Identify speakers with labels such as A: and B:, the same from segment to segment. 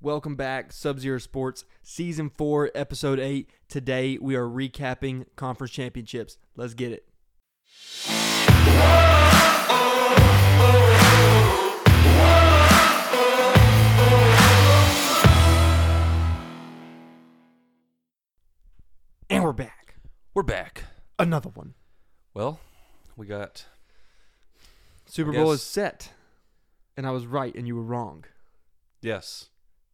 A: Welcome back, Sub Zero Sports, Season 4, Episode 8. Today we are recapping conference championships. Let's get it. And we're back.
B: We're back.
A: Another one.
B: Well, we got
A: Super
B: I
A: Bowl
B: guess-
A: is set. And I was right and you were wrong.
B: yes.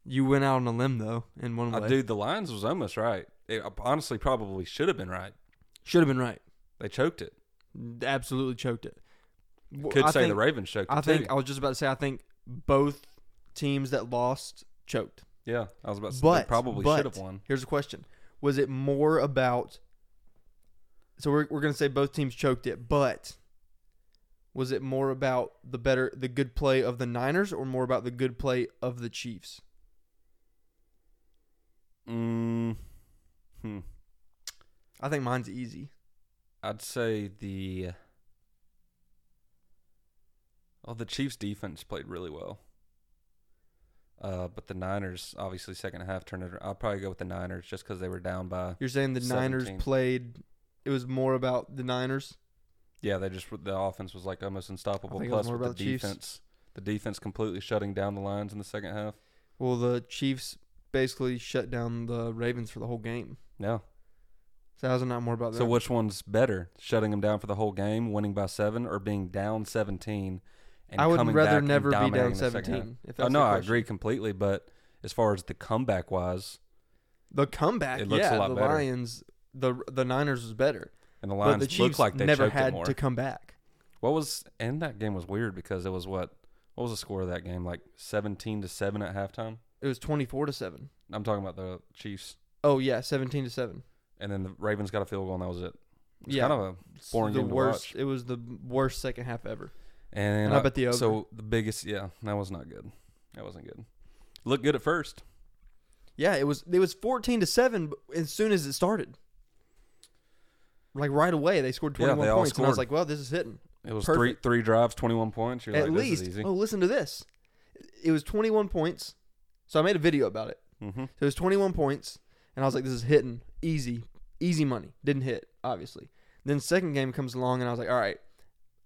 A: You went out on a limb though, in one
B: Uh,
A: way.
B: dude, the Lions was almost right. It uh, honestly probably should have been right.
A: Should have been right.
B: They choked it.
A: Absolutely choked it. W-
B: Could
A: I
B: say the
A: think-
B: Ravens choked
A: I
B: it
A: think
B: too.
A: I was just about to say I think both teams that lost choked.
B: yeah, I was about to say
A: But
B: they probably
A: but,
B: should have won.
A: Here's a question: Was it more about? So we're we're gonna say both teams choked it, but was it more about the better the good play of the Niners or more about the good play of the Chiefs?
B: Mm, hmm.
A: I think mine's easy.
B: I'd say the oh the Chiefs defense played really well. Uh, but the Niners obviously second half turned it. ar- I'll probably go with the Niners just because they were down by.
A: You're saying the Niners
B: 17.
A: played. It was more about the Niners.
B: Yeah, they just the offense was like almost unstoppable.
A: think it was
B: Plus
A: more
B: with the
A: about the Chiefs.
B: defense, the defense completely shutting down the Lions in the second half.
A: Well, the Chiefs basically shut down the Ravens for the whole game.
B: Yeah.
A: So how's it not more about that?
B: So which one's better, shutting them down for the whole game, winning by seven, or being down seventeen? And
A: I would
B: coming back
A: rather
B: and
A: never be down
B: dominating the second half?
A: 17. If
B: Oh
A: that's
B: no,
A: the
B: I
A: question.
B: agree completely. But as far as the comeback wise,
A: The comeback,
B: It looks a
A: yeah,
B: lot
A: the
B: better.
A: Lions, the the Niners was better,
B: and the
A: but
B: Lions
A: the Chiefs
B: looked like they
A: never
B: choked it
A: had
B: more.
A: to come back.
B: what was and that game was weird because it was what what was the score of that game? Like seventeen to seven at halftime.
A: It was twenty four to seven.
B: I'm talking about the Chiefs,
A: Oh yeah, seventeen to seven.
B: and then the Ravens got a field goal, and that was it. It's
A: Yeah,
B: kind of a
A: It's
B: boring
A: the
B: game to
A: worst.
B: watch.
A: It was the worst second half ever.
B: and,
A: And I bet the over.
B: so the biggest yeah that was not good. That wasn't good. Looked good at first.
A: Yeah, it was it was fourteen to seven b- as soon as it started. Like right away, they scored
B: Yeah,
A: twenty one
B: they all
A: points, and I was
B: scored.
A: like, "Well, this is hitting."
B: It was
A: Perfect.
B: three three drives, twenty one points. You're
A: At
B: like,
A: least,
B: this is easy.
A: oh, listen to this. It was twenty one points, so I made a video about it.
B: Mm-hmm.
A: So it was 21 points, and I was like, this is hitting easy, easy money. Didn't hit, obviously. Then second game comes along, and I was like, all right.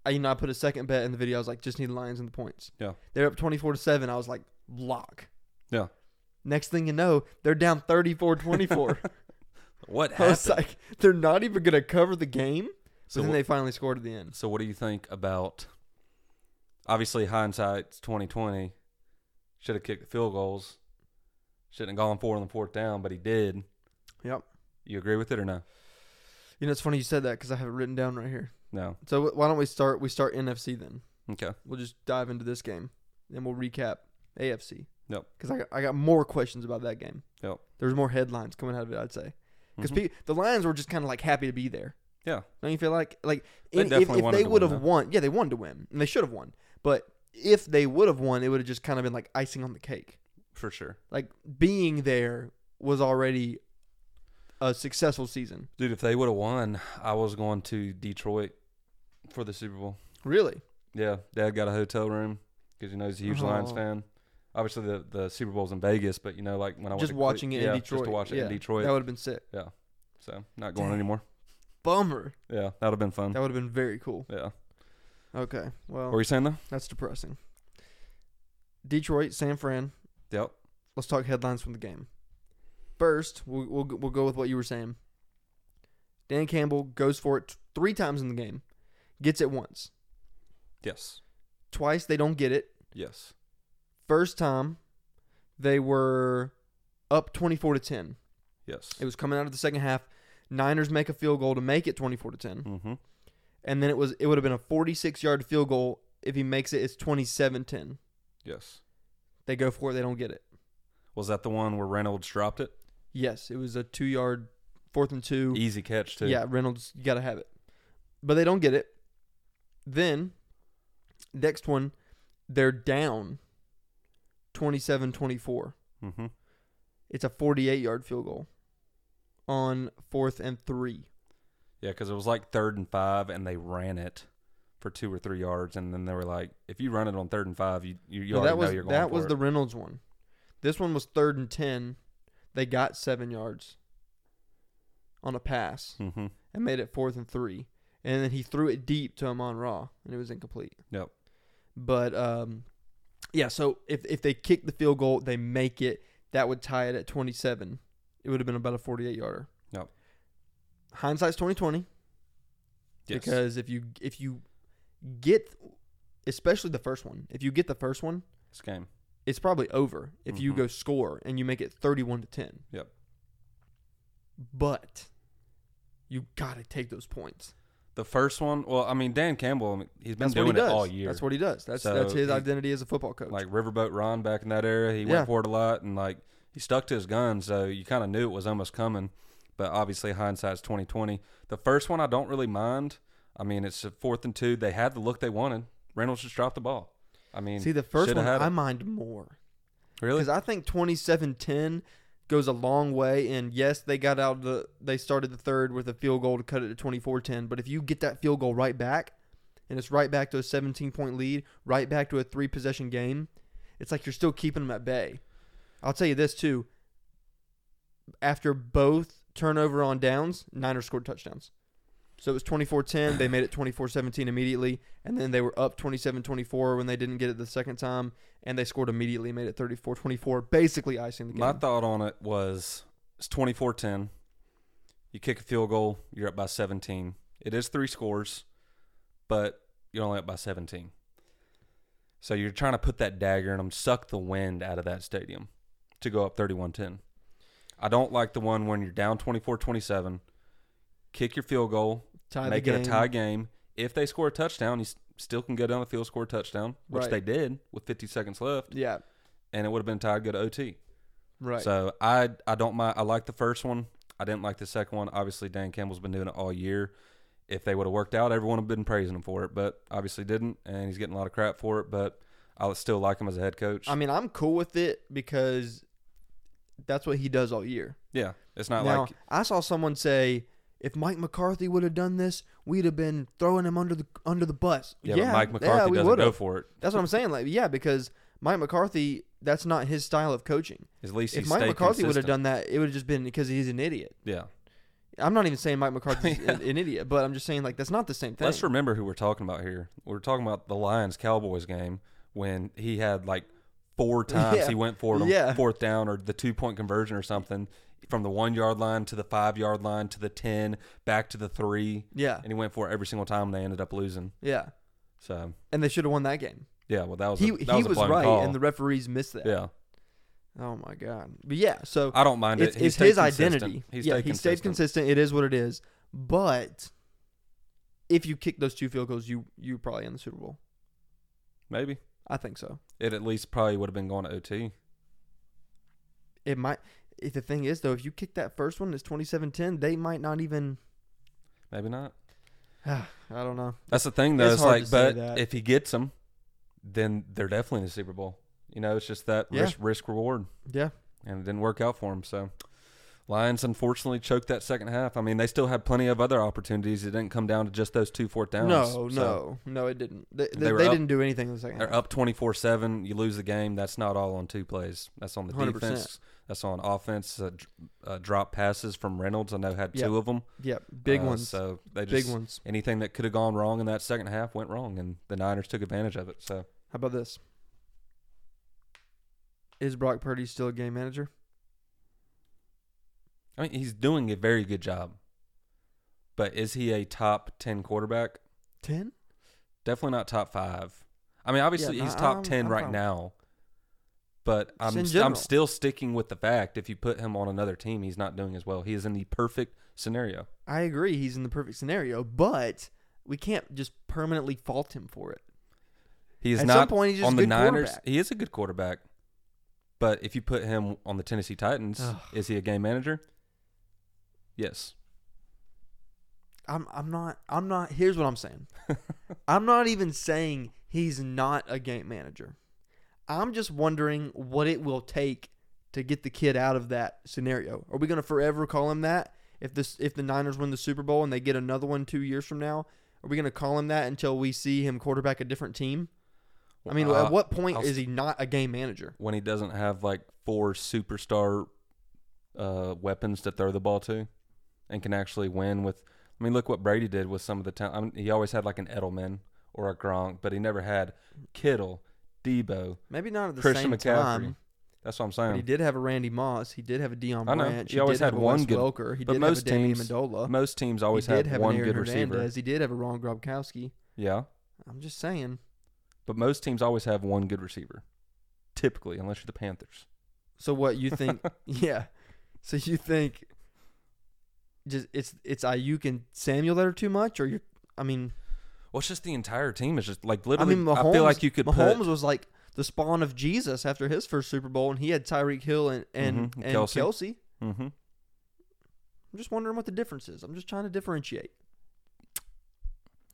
A: I, you know, I put a second bet in the video. I was like, just need Lions and the points.
B: Yeah.
A: They're up 24 to 7. I was like, lock.
B: Yeah.
A: Next thing you know, they're down 34 24.
B: What
A: I was
B: happened?
A: like, they're not even going to cover the game.
B: So
A: but then
B: wh-
A: they finally scored at the end.
B: So what do you think about? Obviously, hindsight's twenty twenty. Should have kicked the field goals. Shouldn't have gone for it on the fourth down, but he did.
A: Yep.
B: You agree with it or no?
A: You know, it's funny you said that because I have it written down right here.
B: No.
A: So wh- why don't we start? We start NFC then.
B: Okay.
A: we'll just dive into this game, then we'll recap AFC.
B: Yep.
A: Because I got, I got more questions about that game.
B: Yep.
A: There's more headlines coming out of it, I'd say. Because
B: Mhm.
A: the Lions were just kind of like happy to be there.
B: Yeah.
A: Don't you feel like like
B: They
A: any- if,
B: definitely
A: if
B: wanted
A: they
B: to
A: would
B: win,
A: have
B: though.
A: won, yeah, they wanted to win and they should have won. But if they would have won, it would have just kind of been like icing on the cake.
B: for sure,
A: Like being there was already a successful season.
B: dude. If they would have won, I was going to Detroit for the Super Bowl.
A: Really?
B: Yeah, Dad got a hotel room because you know he's a huge Lions
A: Oh.
B: fan. Obviously, the the Super Bowl's in Vegas, but you know, like when I went
A: Just
B: to Cle-
A: watching it
B: yeah,
A: in Detroit.
B: just to watch it
A: yeah,
B: in Detroit.
A: That would have been sick.
B: So not going
A: Dang.
B: anymore.
A: Bummer.
B: Yeah, that'd have been fun.
A: That would have been very cool.
B: yeah.
A: Okay. Well,
B: What were you saying though?
A: That's depressing. Detroit, San Fran.
B: Yep.
A: Let's talk headlines from the game. First, we'll, we'll, we'll go with what you were saying. Dan Campbell goes for it t- three times in the game, gets it once.
B: Yes.
A: Twice they don't get it.
B: Yes.
A: First time, they were up 24 to 10.
B: Yes.
A: It was coming out of the second half. Niners make a field goal to make it 24 to 10.
B: mm-hmm.
A: And then it was it would have been a 46-yard field goal if he makes it it's 27-10.
B: Yes.
A: They go for it, they don't get it.
B: Was that the one where Reynolds dropped it?
A: Yes, it was a two yard fourth and two.
B: Easy catch too.
A: Yeah, Reynolds, you gotta have it. But they don't get it. Then next one, they're down 27-24.
B: Mm-hmm.
A: It's a 48-yard field goal on fourth and three.
B: Yeah, because it was like third and five, and they ran it for two or three yards, and then they were like, "If you run it on third and five, you you, you
A: No,
B: already
A: that was
B: know you're going
A: that
B: for
A: was
B: it."
A: the Reynolds one. This one was third and 10. They got seven yards on a pass
B: Mm-hmm.
A: and made it fourth and three. And then he threw it deep to Amon Ra, and it was incomplete.
B: Yep.
A: But um, yeah, so if, if they kick the field goal, they make it, that would tie it at 27. It would have been about a 48 yarder.
B: Yep.
A: Hindsight's 2020
B: Yes.
A: because if you if you get especially the first one, if you get the first one,
B: this game.
A: it's probably over if you
B: Mhm.
A: go score and you make it 31 to 10.
B: Yep.
A: But you got to take those points.
B: The first one, well, I mean, Dan Campbell, I mean, he's been
A: That's
B: doing
A: what he
B: it
A: does.
B: all year.
A: That's what he does. That's
B: So
A: that's his
B: he-
A: identity as a football coach.
B: like Riverboat Ron back in that era. He
A: Yeah.
B: went for it a lot and like he stuck to his gun, so you kind of knew it was almost coming. But obviously, hindsight's twenty twenty. The first one I don't really mind. I mean, it's a fourth and two. They had the look they wanted. Reynolds just dropped the ball. I mean,
A: See, the first
B: shoulda
A: one
B: had
A: I
B: it.
A: mind more
B: really,
A: because I think 27-10 goes a long way. And yes, they got out of the they started the third with a field goal to cut it to 24-10. But if you get that field goal right back, and it's right back to a 17 point lead, right back to a three possession game, it's like you're still keeping them at bay. I'll tell you this too. After both turnover on downs, Niners scored touchdowns. So it was 24-10, they made it 24-17 immediately, and then they were up 27-24 when they didn't get it the second time, and they scored immediately, made it 34-24, basically icing the game.
B: my thought on it was it's 24-10. You kick a field goal, you're up by seventeen. It is three scores, but you're only up by seventeen. So you're trying to put that dagger in them, suck the wind out of that stadium to go up 31-10. I don't like the one when you're down 24-27, kick your field goal,
A: Tie the
B: make it a
A: game.
B: tie game. If they score a touchdown, you s- still can go down the field, score a touchdown, which
A: Right.
B: they did with 50 seconds left,
A: Yeah,
B: and it would have been tied, go to OT.
A: right.
B: So I I don't mind. I like the first one. I didn't like the second one. Obviously, Dan Campbell's been doing it all year. If they would have worked out, everyone would have been praising him for it, but obviously didn't, and he's getting a lot of crap for it. But I still like him as a head coach.
A: I mean, I'm cool with it because that's what he does all year.
B: yeah, it's not
A: now,
B: like
A: I saw someone say, if Mike McCarthy would have done this, we'd have been throwing him under the under the bus.
B: yeah, but Mike McCarthy
A: we
B: doesn't
A: would've.
B: go for it.
A: That's what I'm saying. Like, yeah, because Mike McCarthy, that's not his style of coaching.
B: At least he
A: if Mike
B: stayed
A: McCarthy would have
B: consistent.
A: done that, it would have just been because he's an idiot.
B: yeah.
A: I'm not even saying Mike McCarthy's
B: Yeah.
A: an, an idiot, but I'm just saying like that's not the same thing.
B: Let's remember who we're talking about here. We're talking about the Lions Cowboys game when he had like four times
A: Yeah.
B: he went for it on
A: Yeah.
B: fourth down or the two point conversion or something from the one yard line to the five yard line to the 10, back to the three.
A: yeah,
B: And he went for it every single time and they ended up losing.
A: yeah,
B: So,
A: and they should have won that game.
B: yeah, well, that was,
A: He
B: a, that
A: he
B: was, a
A: was
B: blown
A: right,
B: call.
A: and the referees missed that.
B: yeah.
A: Oh my god. But yeah, so
B: I don't mind
A: it's,
B: it. He
A: it's
B: stayed
A: his
B: consistent.
A: identity.
B: He
A: yeah, he stayed consistent. It is what it is. But if you kick those two field goals, you you probably in the Super Bowl.
B: Maybe.
A: I think so.
B: It at least probably would have been going to OT.
A: It might. If the thing is though, if you kick that first one, it's 27-10, They might not even.
B: Maybe not.
A: I don't know.
B: That's the thing, though.
A: It's
B: It's,
A: hard
B: like,
A: to say
B: but
A: that.
B: if he gets them, then they're definitely in the Super Bowl. You know, it's just that
A: Yeah.
B: risk, risk reward,
A: Yeah,
B: and it didn't work out for him. So, Lions unfortunately choked that second half. I mean, they still had plenty of other opportunities. It didn't come down to just those two fourth downs.
A: no,
B: So,
A: no, no. It didn't. They, they,
B: They were
A: they
B: up-
A: didn't do anything in the second.
B: They're
A: half.
B: up twenty four seven. You lose the game. That's not all on two plays. That's on the
A: 100%.
B: defense. That's on offense. Uh, dr- uh, drop passes from Reynolds. I know had
A: Yeah.
B: two of them.
A: Yeah, big
B: Uh,
A: ones.
B: So they just
A: big ones.
B: anything that could have gone wrong in that second half went wrong, and the Niners took advantage of it. So.
A: How about this? Is Brock Purdy still a game manager?
B: I mean, he's doing a very good job. But is he a top 10 quarterback?
A: Ten.
B: Definitely not top 5. I mean, obviously
A: no,
B: he's top
A: I'm-
B: 10
A: I'm
B: right
A: fine.
B: now. But I'm
A: in
B: I'm
A: general.
B: still sticking with the fact if you put him on another team, he's not doing as well. He is in the perfect scenario.
A: I agree. He's in the perfect scenario, but we can't just permanently fault him for it.
B: He is
A: At
B: not
A: some point, he's just
B: on
A: a
B: the
A: good
B: Niners.
A: quarterback.
B: He is a good quarterback. But if you put him on the Tennessee Titans,
A: Ugh.
B: is he a game manager? Yes.
A: I'm I'm not I'm not here's what I'm saying. I'm not even saying he's not a game manager. I'm just wondering what it will take to get the kid out of that scenario. Are we going to forever call him that if this if the Niners win the Super Bowl and they get another one 2 years from now? Are we going to call him that until we see him quarterback a different team? I mean,
B: Uh,
A: at what point
B: I'll
A: is he not a game manager?
B: when he doesn't have like four superstar uh, weapons to throw the ball to, and can actually win with. I mean, look what Brady did with some of the talent. I mean, he always had like an Edelman or a Gronk, but he never had Kittle, Debo,
A: Maybe not at the
B: Christian
A: same
B: McCaffrey.
A: time.
B: That's what I'm
A: But he
B: saying.
A: did have a Randy Moss. He did have a Dion
B: I know.
A: Branch.
B: He always
A: did
B: had
A: have a
B: one
A: Wes
B: good-
A: Welker. He
B: but
A: did have a
B: most
A: Danny
B: teams-
A: Amendola.
B: Most teams always
A: he did
B: have,
A: have
B: one
A: an Aaron
B: good receiver.
A: Hernandez. He did have a Ron Grobkowski.
B: Yeah,
A: I'm just saying.
B: but most teams always have one good receiver, typically, unless you're the Panthers.
A: So what you think? yeah. So you think just it's it's Ayuk and Samuel that are too much, or you? I mean,
B: Well, it's just the entire team is just like literally.
A: I
B: I,
A: mean, Mahomes,
B: feel like you could
A: Mahomes
B: put
A: was like the spawn of Jesus after his first Super Bowl, and he had Tyreek Hill and and,
B: Mhm,
A: and Kelsey.
B: Kelsey. Mhm.
A: I'm just wondering what the difference is. I'm just trying to differentiate.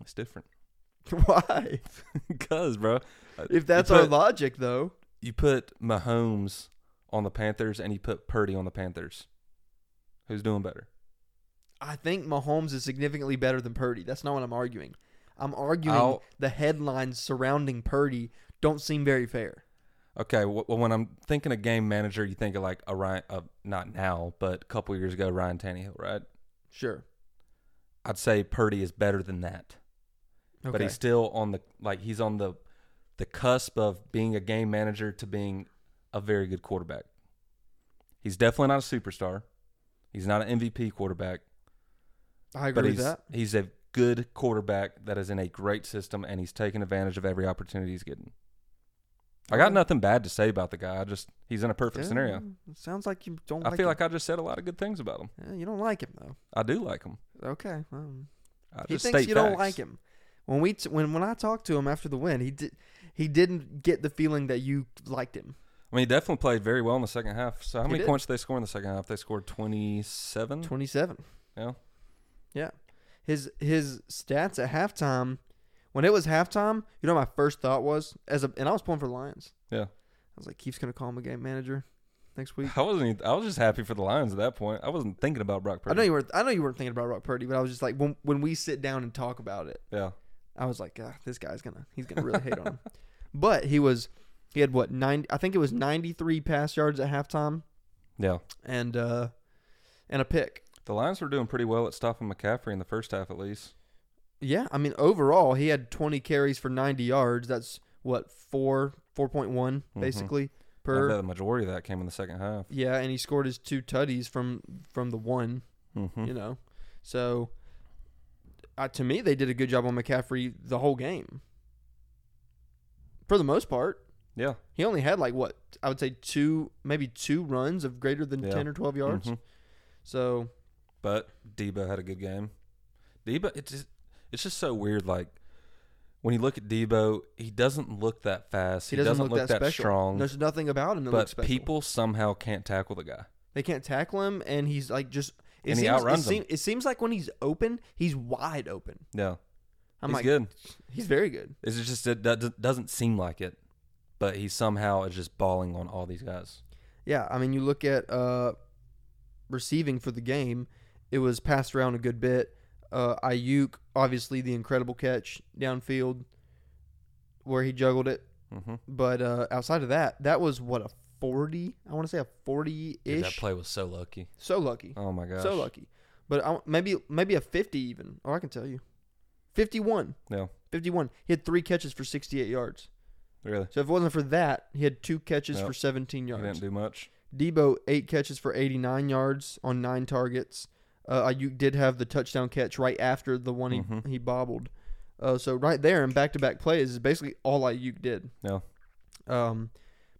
B: It's different
A: Why?
B: because, bro,
A: If that's
B: put-
A: our logic, though.
B: you put Mahomes on the Panthers and you put Purdy on the Panthers. Who's doing better?
A: I think Mahomes is significantly better than Purdy. That's not what I'm arguing. I'm arguing
B: I'll-
A: the headlines surrounding Purdy don't seem very fair.
B: Okay, wh- well, when I'm thinking of game manager, you think of like a Ryan, uh, not now, but a couple years ago, Ryan Tannehill, right?
A: Sure.
B: I'd say Purdy is better than that,
A: Okay.
B: but he's still on the like he's on the the cusp of being a game manager to being a very good quarterback. He's definitely not a superstar. He's not an MVP quarterback.
A: I agree with
B: he's,
A: that.
B: He's a good quarterback that is in a great system, and he's taking advantage of every opportunity he's getting. I got
A: Okay.
B: nothing bad to say about the guy. I just he's in a perfect
A: Yeah,
B: scenario.
A: it Sounds like you don't.
B: I
A: like
B: feel
A: him.
B: like I just said a lot of good things about him.
A: Yeah, you don't like him though.
B: I do like him.
A: Okay. Well,
B: I
A: he
B: just
A: thinks
B: state
A: you don't
B: facts.
A: like him. When we t- when when I talked to him after the win, he did he didn't get the feeling that you liked him.
B: I mean, he definitely played very well in the second half. So how
A: He
B: many
A: did.
B: points did they score in the second half? They scored twenty-seven.
A: Twenty seven.
B: Hmm. Yeah.
A: Yeah. His his stats at halftime, when it was halftime, you know what my first thought was as a and I was pulling for the Lions.
B: Yeah.
A: I was like, Keith's gonna call him a game manager next week.
B: I wasn't. Even, I was just happy for the Lions at that point. I wasn't thinking about Brock
A: I
B: Purdy.
A: know you weren't I know you weren't thinking about Rock Purdy, but I was just like when when we sit down and talk about it,
B: yeah.
A: I was like, ah, this guy's gonna he's gonna really hate on him. But he was he had what nine I think it was ninety three pass yards at halftime
B: Yeah.
A: and uh and a pick.
B: The Lions were doing pretty well at stopping McCaffrey in the first half, at least.
A: Yeah, I mean overall he had 20 carries for 90 yards. That's what 4 4.1 basically
B: Mm-hmm. I
A: per
B: bet the majority of that came in the second half.
A: Yeah, and he scored his two tutties from from the one,
B: Mm-hmm.
A: you know. So uh, to me they did a good job on McCaffrey the whole game. For the most part,
B: Yeah.
A: he only had like what I would say two maybe two runs of greater than
B: Yeah.
A: 10 or 12 yards.
B: Mhm.
A: So
B: But Debo had a good game. Debo, it's just, it's just so weird. Like when you look at Debo, he doesn't look that fast.
A: he doesn't, look, that, special.
B: strong.
A: There's nothing about him that looks
B: but
A: special.
B: people somehow can't tackle the guy.
A: They can't tackle him, and he's like just. It
B: And
A: seems,
B: he outruns
A: it, seem- it seems like when he's open, he's wide open.
B: Yeah,
A: I'm
B: he's
A: like,
B: good.
A: he's very good.
B: It's just it do- doesn't seem like it, but he somehow is just balling on all these guys.
A: Yeah, I mean, you look at uh, receiving for the game, it was passed around a good bit. Uh, Ayuk, obviously, the incredible catch downfield where he juggled it.
B: Mm-hmm.
A: But uh, outside of that, that was what a 40. I want to say a 40
B: Dude, that
A: ish.
B: play was so lucky.
A: So lucky,
B: Oh my gosh.
A: so lucky. But I, maybe maybe a 50 even. Oh, I can tell you, 51.
B: Yeah,
A: 51. He had three catches for 68 yards.
B: really.
A: So if it wasn't for that, he had two catches
B: Yep.
A: for 17
B: He
A: yards.
B: didn't do much.
A: Debo eight catches for 89 yards on nine targets. Uh, Ayuk did have the touchdown catch right after the one he
B: Mhm.
A: he bobbled. Uh, so right there in back-to-back plays is basically all Ayuk did.
B: Yeah.
A: Um,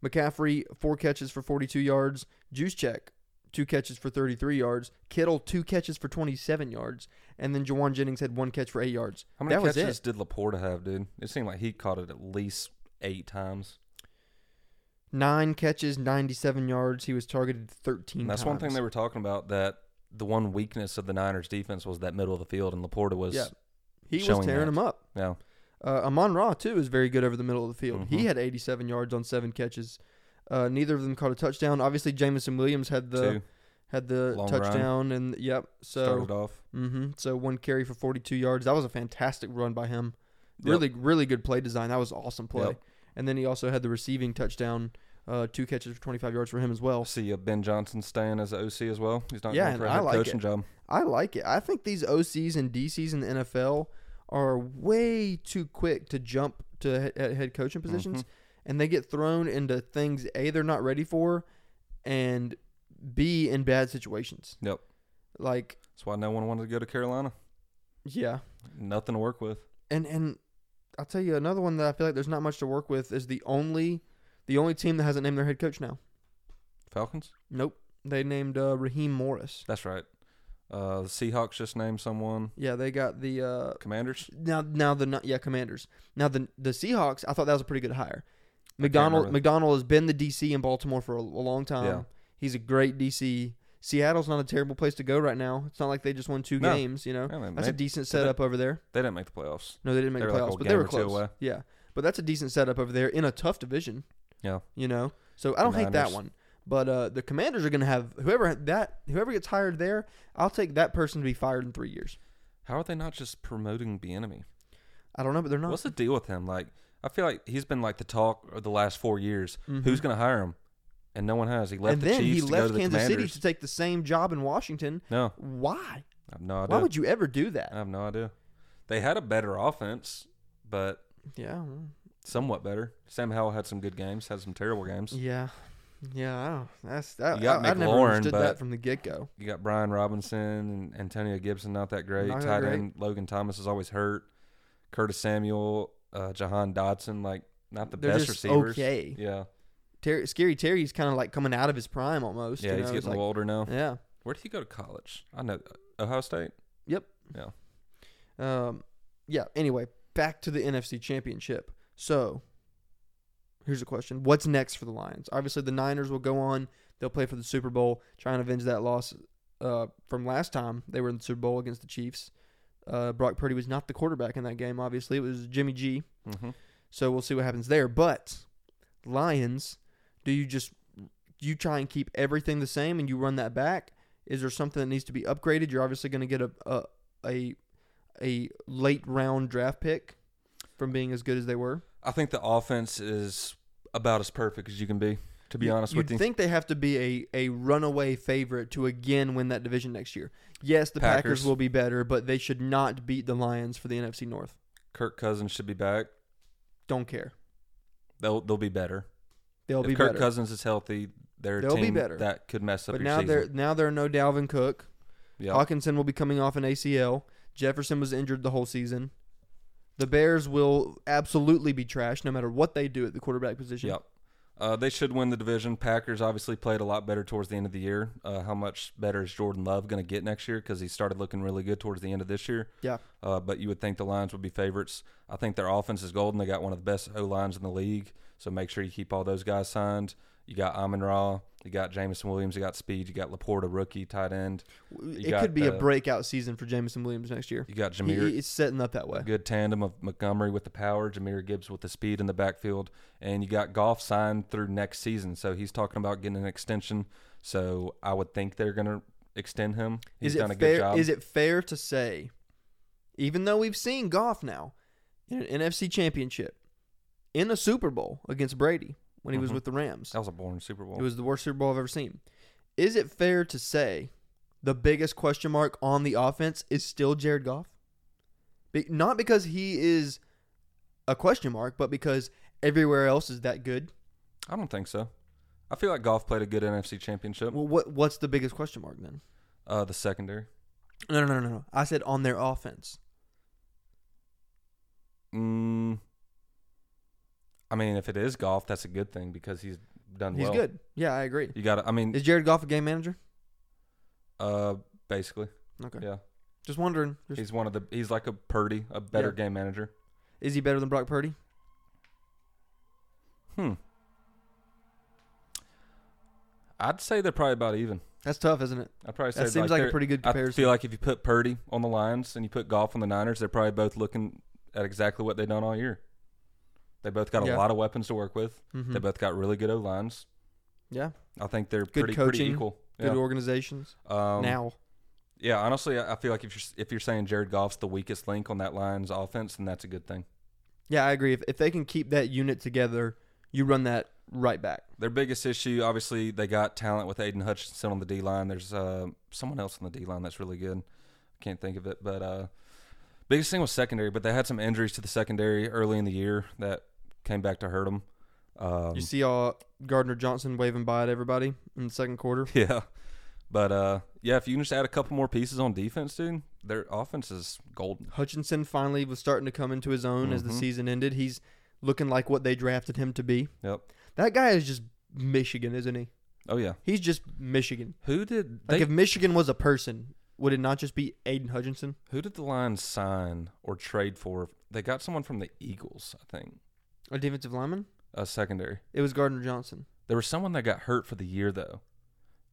A: McCaffrey four catches for 42 yards. Juice check two catches for 33 yards. Kittle two catches for 27 yards, and then Jawan Jennings had one catch for eight yards.
B: How many
A: That was
B: catches did Laporta have, dude? It seemed like he caught it at least eight times.
A: nine catches, 97 yards. He was targeted 13
B: And that's one thing
A: times.
B: they were talking about that the one weakness of the Niners defense was that middle of the field, and Laporta was
A: Yeah. he was
B: showing
A: tearing
B: that.
A: him up.
B: yeah.
A: Uh, Amon Ra, too, is very good over the middle of the field. He
B: Mhm.
A: had 87 yards on seven catches. Uh, neither of them caught a touchdown. Obviously, Jamison Williams had the
B: two
A: had the
B: Long run.
A: touchdown, and yep. So,
B: started off.
A: hmm so one carry for 42 yards. That was a fantastic run by him.
B: Yep.
A: Really, really good play design. That was awesome play.
B: Yep.
A: And then he also had the receiving touchdown Uh, two catches for 25 yards for him as well.
B: see uh, Ben Johnson staying as the OC as well. He's not
A: Yeah,
B: going for
A: and
B: a
A: I
B: head
A: like
B: coaching
A: it.
B: job.
A: I like it. I think these OCs and DCs in the NFL are way too quick to jump to he- he- head coaching positions, and they get thrown into things a they're not ready for, and b in bad situations.
B: Yep.
A: Like
B: That's why no one wanted to go to Carolina.
A: yeah,
B: Nothing to work with.
A: and and I'll tell you another one that I feel like there's not much to work with is the only the only team that hasn't named their head coach now.
B: Falcons.
A: Nope, they named uh, Raheem Morris.
B: That's right. Uh, the Seahawks just named someone.
A: Yeah, they got the uh,
B: Commanders.
A: now now the yeah commanders now the the seahawks i thought that was a pretty good hire mcdonald
B: remember.
A: mcdonald has been the dc in baltimore for a, a long time
B: Yeah.
A: he's a great dc seattle's not a terrible place to go right now it's not like they just won two
B: No.
A: games you know
B: Yeah, they,
A: that's a
B: made-
A: decent setup over there
B: they didn't make the playoffs.
A: no they didn't make
B: They
A: the
B: were like
A: playoffs
B: a
A: but they
B: game
A: were
B: or two
A: close
B: away.
A: yeah but that's a decent setup over there in a tough division
B: Yeah.
A: you know so i don't hate that
B: Niners.
A: one but uh, the commanders are going to have whoever that whoever gets hired there i'll take that person to be fired in three years
B: How are they not just promoting the enemy?
A: i don't know but they're not
B: What's the deal with him? Like, I feel like he's been like the talk of the last four years.
A: Mhm.
B: Who's going to hire him? Mm-hmm. And no one has. He left
A: and
B: the
A: then
B: Chiefs
A: he
B: to go
A: left
B: to the
A: Kansas City
B: Commanders.
A: to take the same job in Washington.
B: no,
A: Why?
B: I Uh, have no idea.
A: Why would you ever do
B: I
A: that?
B: have no idea. They had a better offense, but
A: Yeah, well,
B: somewhat better. Sam Howell had some good games, had some terrible games.
A: yeah, yeah. I don't. That's that.
B: You got
A: I, I never
B: McLaurin,
A: understood that
B: but-
A: from the get go.
B: You got Brian Robinson and Antonio Gibson, not that great.
A: Not that
B: Tight
A: great.
B: end Logan Thomas is always hurt. Curtis Samuel, uh, Jahan Dodson, like not the
A: They're
B: best
A: just
B: receivers.
A: okay.
B: Yeah,
A: Terry, scary Terry's kind of like coming out of his prime almost.
B: yeah,
A: you know?
B: he's
A: It's
B: getting a
A: like,
B: little older now.
A: Yeah.
B: Where did he go to college? I know uh, Ohio State.
A: Yep.
B: Yeah.
A: Um. Yeah. Anyway, back to the NFC Championship. So, here's a question: What's next for the Lions? Obviously, the Niners will go on. They'll play for the Super Bowl, try and avenge that loss uh, from last time they were in the Super Bowl against the Chiefs. Uh, Brock Purdy was not the quarterback in that game. Obviously, it was Jimmy G.
B: Mm-hmm.
A: So we'll see what happens there. But Lions, do you just you try and keep everything the same and you run that back? Is there something that needs to be upgraded? You're obviously going to get a, a a a late round draft pick from being as good as they were.
B: I think the offense is about as perfect as you can be. To be honest
A: you'd
B: with you,
A: think they have to be a, a runaway favorite to again win that division next year. Yes, the Packers.
B: Packers.
A: will be better, but they should not beat the Lions for the NFC North.
B: Kirk Cousins should be back.
A: Don't care.
B: They'll they'll be better.
A: They'll
B: if
A: be
B: Kirk
A: better.
B: Cousins is healthy, they're a
A: They'll be
B: team
A: better.
B: that could mess up
A: but
B: your
A: now
B: season.
A: they're now they're no Dalvin Cook.
B: Yeah.
A: Hawkinson will be coming off an ACL. Jefferson was injured the whole season. The Bears will absolutely be trashed no matter what they do at the quarterback position.
B: Yep. Uh, they should win the division. Packers obviously played a lot better towards the end of the year. Uh, how much better is Jordan Love going to get next year? Because he started looking really good towards the end of this year.
A: Yeah.
B: Uh, but you would think the Lions would be favorites. I think their offense is golden. They got one of the best O lines in the league. So make sure you keep all those guys signed. You got Amon Ra. You got Jamison Williams. You got Speed. You got Laporta, rookie tight end.
A: W-
B: You
A: It
B: got
A: could be a
B: the-
A: breakout season for Jamison Williams next year.
B: You got
A: He-
B: Jameer.
A: he- it's setting up that way.
B: Good tandem of Montgomery with the power, Jameer Gibbs with the speed in the backfield, and you got Goff signed through next season. So he's talking about getting an extension. So I would think they're going to extend him. He's
A: is it
B: done a
A: fair?
B: good job.
A: Is it fair to say, even though we've seen Goff now in an NFC Championship, in a Super Bowl against Brady when he was
B: Mhm.
A: with the Rams,
B: that was a boring Super Bowl.
A: It was the worst Super Bowl I've ever seen. Is it fair to say the biggest question mark on the offense is still Jared Goff? Be- not because he is a question mark, but because everywhere else is that good.
B: I don't think so. I feel like Goff played a good NFC championship.
A: Well, what what's the biggest question mark then?
B: Uh, the secondary.
A: No, no, no, no, no. I said on their offense.
B: Mm, I mean, if it is Goff, that's a good thing because he's done
A: He's
B: well.
A: good. Yeah, I agree.
B: You got to, I mean,
A: Is Jared Goff a game manager?
B: uh, basically,
A: Okay.
B: yeah.
A: Just wondering. Just-
B: He's one of the, he's like a Purdy, a better
A: Yeah.
B: game manager.
A: is he better than Brock Purdy?
B: Hmm. I'd say they're probably about even.
A: That's tough, isn't it?
B: I'd probably say
A: That seems like, a
B: they're-
A: pretty good
B: I
A: comparison.
B: feel like if you put Purdy on the Lions and you put Golf on the Niners, they're probably both looking at exactly what they've done all year. They both got
A: Yeah.
B: a lot of weapons to work with.
A: Mhm.
B: They both got really good O lines.
A: yeah,
B: I think they're
A: Good
B: pretty
A: coaching,
B: pretty equal.
A: good
B: yeah.
A: organizations.
B: Um,
A: now,
B: yeah, honestly, I I feel like if you're if you're saying Jared Goff's the weakest link on that Lions offense, then that's a good thing.
A: Yeah, I agree. If, if they can keep that unit together, you run that right back.
B: Their biggest issue, obviously, they got talent with Aiden Hutchinson on the D line. There's uh, someone else on the D line that's really good. I can't think of it, but uh, biggest thing was secondary. But they had some injuries to the secondary early in the year that came back to hurt them. Um,
A: You see uh, Gardner Johnson waving bye at everybody in the second quarter.
B: yeah, but uh, yeah, if you can just add a couple more pieces on defense, dude, their offense is golden.
A: Hutchinson finally was starting to come into his own as the
B: Mhm.
A: season ended. He's looking like what they drafted him to be.
B: Yep.
A: That guy is just Michigan, isn't he?
B: Oh yeah,
A: He's just Michigan.
B: who did
A: Like
B: they?
A: if Michigan was a person, would it not just be Aiden Hutchinson?
B: who did the Lions sign or trade for? They got someone from the Eagles, I think,
A: A defensive lineman?
B: a secondary.
A: It was Gardner Johnson.
B: There was someone that got hurt for the year though.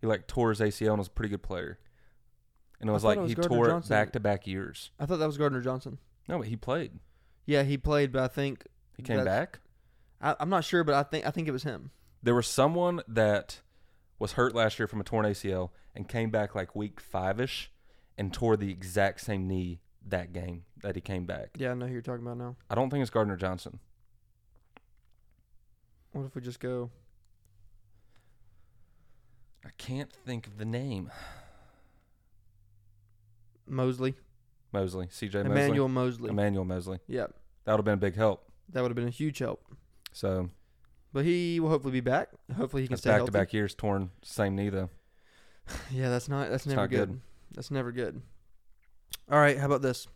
B: He like tore his ACL and was a pretty good player. And it
A: I
B: was
A: thought
B: like
A: it was
B: he
A: Gardner
B: tore
A: Johnson.
B: it back to back years.
A: I thought that was Gardner Johnson.
B: No, but he played.
A: Yeah, he played, but I think
B: He came
A: That's-
B: back.
A: I, I'm not sure, but I think I think it was him.
B: There was someone that was hurt last year from a torn ACL and came back like week five ish and tore the exact same knee that game that he came back.
A: Yeah, I know who you're talking about now.
B: I don't think it's Gardner Johnson.
A: What if we just go?
B: I can't think of the name.
A: Mosley,
B: Mosley. CJ Mosley.
A: Emmanuel Mosley.
B: Emmanuel Mosley.
A: Yep,
B: That would have been a big help.
A: that would have been a huge help.
B: So
A: But he will hopefully be back. Hopefully he can
B: that's
A: stay
B: back
A: healthy.
B: to back years torn same knee though.
A: Yeah, that's not that's never
B: not
A: good.
B: good.
A: That's never good. All right, how about this?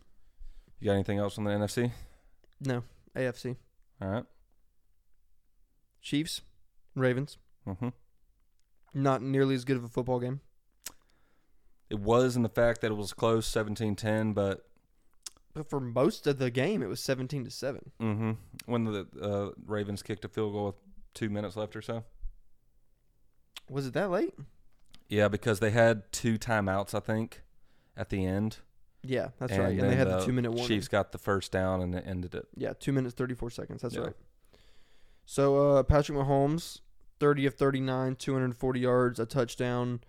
B: You got anything else on the NFC?
A: No, AFC
B: All right.
A: Chiefs, Ravens.
B: Mm-hmm.
A: Not nearly as good of a football game.
B: It was in the fact that it was close, 17-10, but
A: But for most of the game, it was seventeen to seven.
B: hmm when the uh, Ravens kicked a field goal with two minutes left or so.
A: Was it that late?
B: Yeah, because they had two timeouts, I think, at the end.
A: Yeah, that's right. And they
B: then
A: had the two minute warning.
B: Chiefs got the first down and it ended it.
A: Yeah, two minutes thirty four seconds. That's
B: Yeah.
A: right. So uh, Patrick Mahomes, thirty of thirty nine, two hundred forty yards, a touchdown.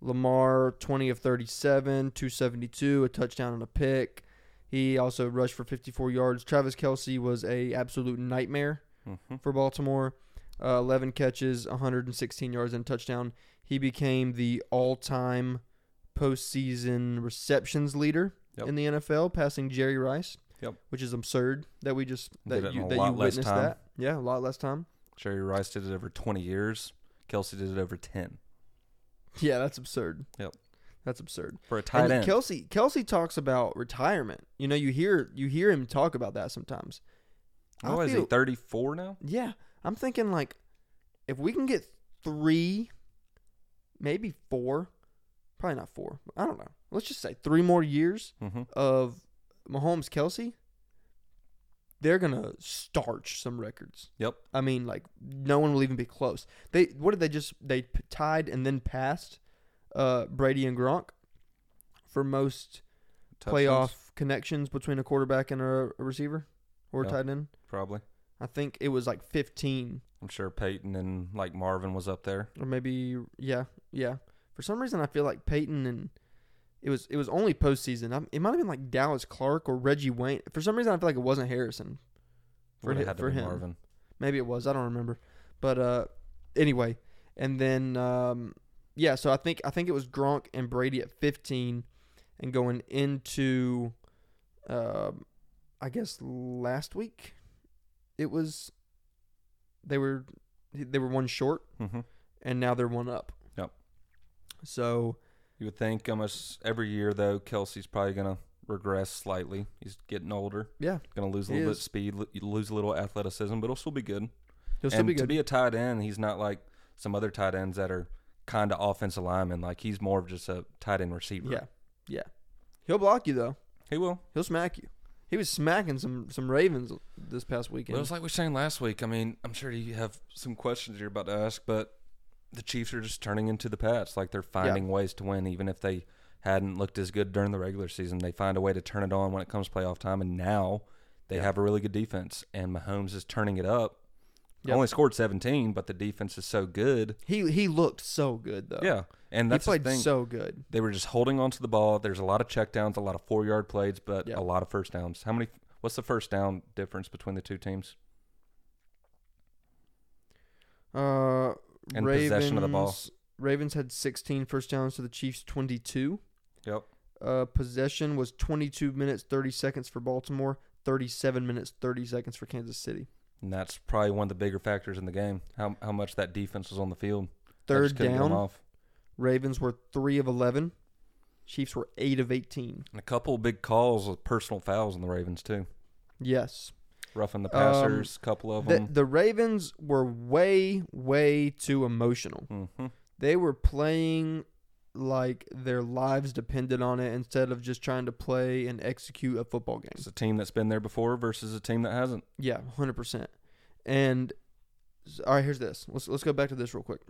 A: Lamar, twenty of thirty seven, two seventy two, a touchdown and a pick. He also rushed for fifty four yards. Travis Kelsey was a absolute nightmare
B: Mm-hmm.
A: for Baltimore. Uh, eleven catches, one hundred and sixteen yards and a touchdown. He became the all time postseason receptions leader
B: Yep.
A: in the NFL, passing Jerry Rice.
B: Yep.
A: Which is absurd that we just
B: Did it
A: that
B: in
A: you
B: a
A: that you
B: lot less
A: witnessed
B: time.
A: that. Yeah, a lot less time.
B: Jerry Rice did it over 20 years. Kelsey did it over 10
A: Yeah, that's absurd.
B: Yep.
A: That's absurd.
B: for a tight
A: And
B: end.
A: Kelsey Kelsey talks about retirement. You know, you hear you hear him talk about that sometimes. I
B: what is he,
A: feel-
B: 34 now?
A: Yeah, I'm thinking like if we can get three, maybe four, probably not four. I don't know. Let's just say three more years
B: Mm-hmm.
A: of Mahomes Kelsey. They're gonna starch some records.
B: Yep.
A: I mean, like no one will even be close. They what did they just they p- tied and then passed uh, Brady and Gronk for most playoff
B: Touchdowns,
A: connections between a quarterback and a a receiver or
B: Yeah.
A: tight end.
B: Probably.
A: I think it was like 15
B: I'm sure Peyton and like Marvin was up there.
A: or maybe yeah, yeah. For some reason, I feel like Peyton and it was it was only postseason. i it might have been like Dallas Clark or Reggie Wayne. For some reason, I feel like it wasn't Harrison. For
B: Would've
A: hi-
B: had to
A: for
B: be
A: him.
B: Marvin.
A: Maybe it was. I don't remember. But uh, anyway, and then um, yeah. So I think I think it was Gronk and Brady at 15, and going into, um, I guess last week, it was. They were, they were one short,
B: Mm-hmm.
A: and now they're one up.
B: Yep.
A: So
B: You would think almost every year, though, Kelsey's probably going to regress slightly. He's getting older.
A: Yeah.
B: Going to lose a
A: He
B: little bit
A: is.
B: of speed, lo- lose a little athleticism, but it'll still be good.
A: he'll still
B: and
A: be
B: to
A: good.
B: be a tight end, he's not like some other tight ends that are kind of offensive linemen. Like, he's more of just a tight end receiver.
A: yeah, yeah. He'll block you though.
B: He will.
A: He'll smack you. He was smacking some some Ravens this past
B: Well,
A: weekend.
B: it's like we were saying last week. I mean, I'm sure you have some questions you're about to ask, but the Chiefs are just turning into the Pats. Like they're finding ways to win, even if they hadn't looked as good during the regular season. They find a way to turn it on when it comes playoff time, and now they have a really good defense. And Mahomes is turning it up.
A: Yep.
B: Only scored 17, but the defense is so good.
A: he he looked so good though.
B: Yeah, and that's
A: Oh. he
B: the
A: played
B: thing.
A: so good.
B: they were just holding onto the ball. There's a lot of checkdowns, a lot of four yard plays, but
A: Yeah.
B: a lot of first downs. How many? What's the first down difference between the two teams?
A: Uh,
B: And
A: Ravens,
B: possession of the ball.
A: Ravens had 16 first downs to the Chiefs 22.
B: Yep.
A: Uh, possession was 22 minutes 30 seconds for Baltimore, 37 minutes 30 seconds for Kansas City.
B: And that's probably one of the bigger factors in the game. How how much that defense was on the field. They
A: Third
B: just couldn't get 'em
A: down,
B: off.
A: Ravens were 3 of 11. Chiefs were 8 of 18.
B: And a couple big calls with personal fouls on the Ravens too.
A: Yes.
B: Roughing the
A: Um,
B: passers, couple of
A: The,
B: them.
A: the Ravens were way, way too emotional.
B: hmm
A: They were playing like their lives depended on it instead of just trying to play and execute a football game.
B: It's a team that's been there before versus a team that hasn't.
A: Yeah, hundred percent. And s- all right, here's this. Let's let's go back to this real quick.